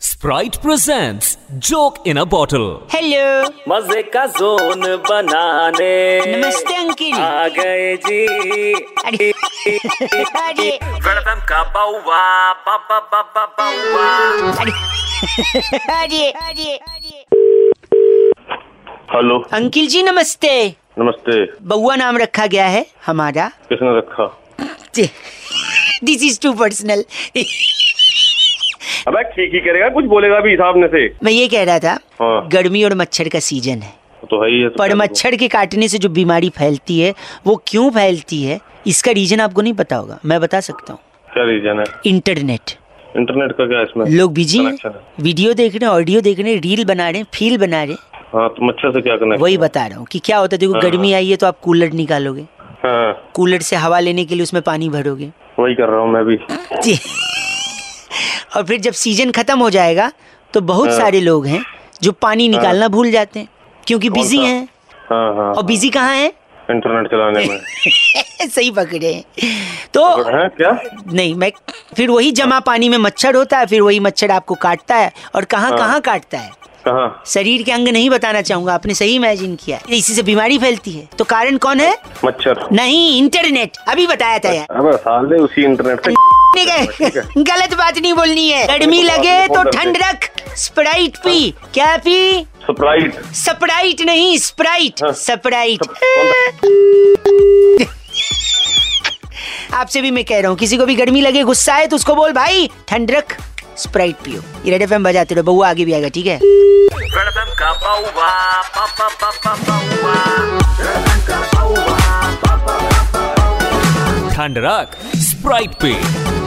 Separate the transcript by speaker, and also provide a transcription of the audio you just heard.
Speaker 1: Sprite presents Joke in a Bottle.
Speaker 2: Hello
Speaker 3: मजे का zone बनाने
Speaker 2: नमस्ते अंकिल
Speaker 3: आ गए जी
Speaker 2: अरे अरे
Speaker 3: वेलकम का बाउवा बाबा बाबा बाउवा
Speaker 2: अरे अरे अरे।
Speaker 4: हेलो
Speaker 2: अंकिल जी नमस्ते
Speaker 4: नमस्ते
Speaker 2: बउआ नाम रखा गया है हमारा
Speaker 4: किसने रखा
Speaker 2: दिस इज टू पर्सनल
Speaker 4: अबे ठीक ही करेगा कुछ बोलेगा भी सामने से
Speaker 2: मैं ये कह रहा था
Speaker 4: हाँ।
Speaker 2: गर्मी और मच्छर का सीजन है
Speaker 4: तो है ही है
Speaker 2: पर मच्छर के काटने से जो बीमारी फैलती है वो क्यों फैलती है इसका रीजन आपको नहीं पता होगा मैं बता सकता हूँ
Speaker 4: क्या रीजन है
Speaker 2: इंटरनेट
Speaker 4: इंटरनेट का क्या है इसमें
Speaker 2: लोग बिजी हैं
Speaker 4: Connection है।
Speaker 2: वीडियो देख रहे हैं ऑडियो देख रहे हैं रील बना रहे हैं फील बना रहे हैं
Speaker 4: हाँ तो मच्छर से क्या कनेक्ट
Speaker 2: वही बता रहा हूँ कि क्या होता है देखो गर्मी आई है तो आप कूलर निकालोगे
Speaker 4: हाँ
Speaker 2: कूलर से हवा लेने के लिए उसमें पानी भरोगे
Speaker 4: वही कर रहा हूँ मैं भी
Speaker 2: जी और फिर जब सीजन खत्म हो जाएगा तो बहुत सारे लोग हैं जो पानी निकालना भूल जाते हैं क्योंकि बिजी
Speaker 4: सा?
Speaker 2: हैं
Speaker 4: हाँ हाँ
Speaker 2: और बिजी कहाँ हैं
Speaker 4: इंटरनेट चलाने में
Speaker 2: सही पकड़े हैं तो
Speaker 4: है क्या
Speaker 2: नहीं मैं फिर वही जमा पानी में मच्छर होता है फिर वही मच्छर आपको काटता है और कहाँ कहाँ काटता है
Speaker 4: कहाँ
Speaker 2: शरीर के अंग नहीं बताना चाहूंगा आपने सही इमेजिन किया है। इसी से बीमारी फैलती है तो कारण कौन है
Speaker 4: मच्छर
Speaker 2: नहीं इंटरनेट अभी बताया था यार
Speaker 4: अबे साले उसी इंटरनेट से
Speaker 2: नहीं गए गलत बात नहीं बोलनी है गर्मी
Speaker 4: तो बात
Speaker 2: लगे
Speaker 4: नहीं
Speaker 2: तो
Speaker 4: बोल हाँ।
Speaker 2: ठंड रख स्प्राइट पी क्या पी
Speaker 4: स्प्राइट
Speaker 2: स्प्राइट नहीं स्प्राइट
Speaker 4: हाँ।
Speaker 2: स्प्राइट आपसे भी मैं कह रहा हूँ किसी को भी गर्मी लगे गुस्सा है तो उसको बोल भाई ठंड रख स्प्राइट पियो ये रेड एफएम बजाते रहो बउआ आगे भी आएगा ठीक है
Speaker 3: वेलकम का बाउवा बाबा बाबा बाउवा
Speaker 1: Thandarak Sprite Pay.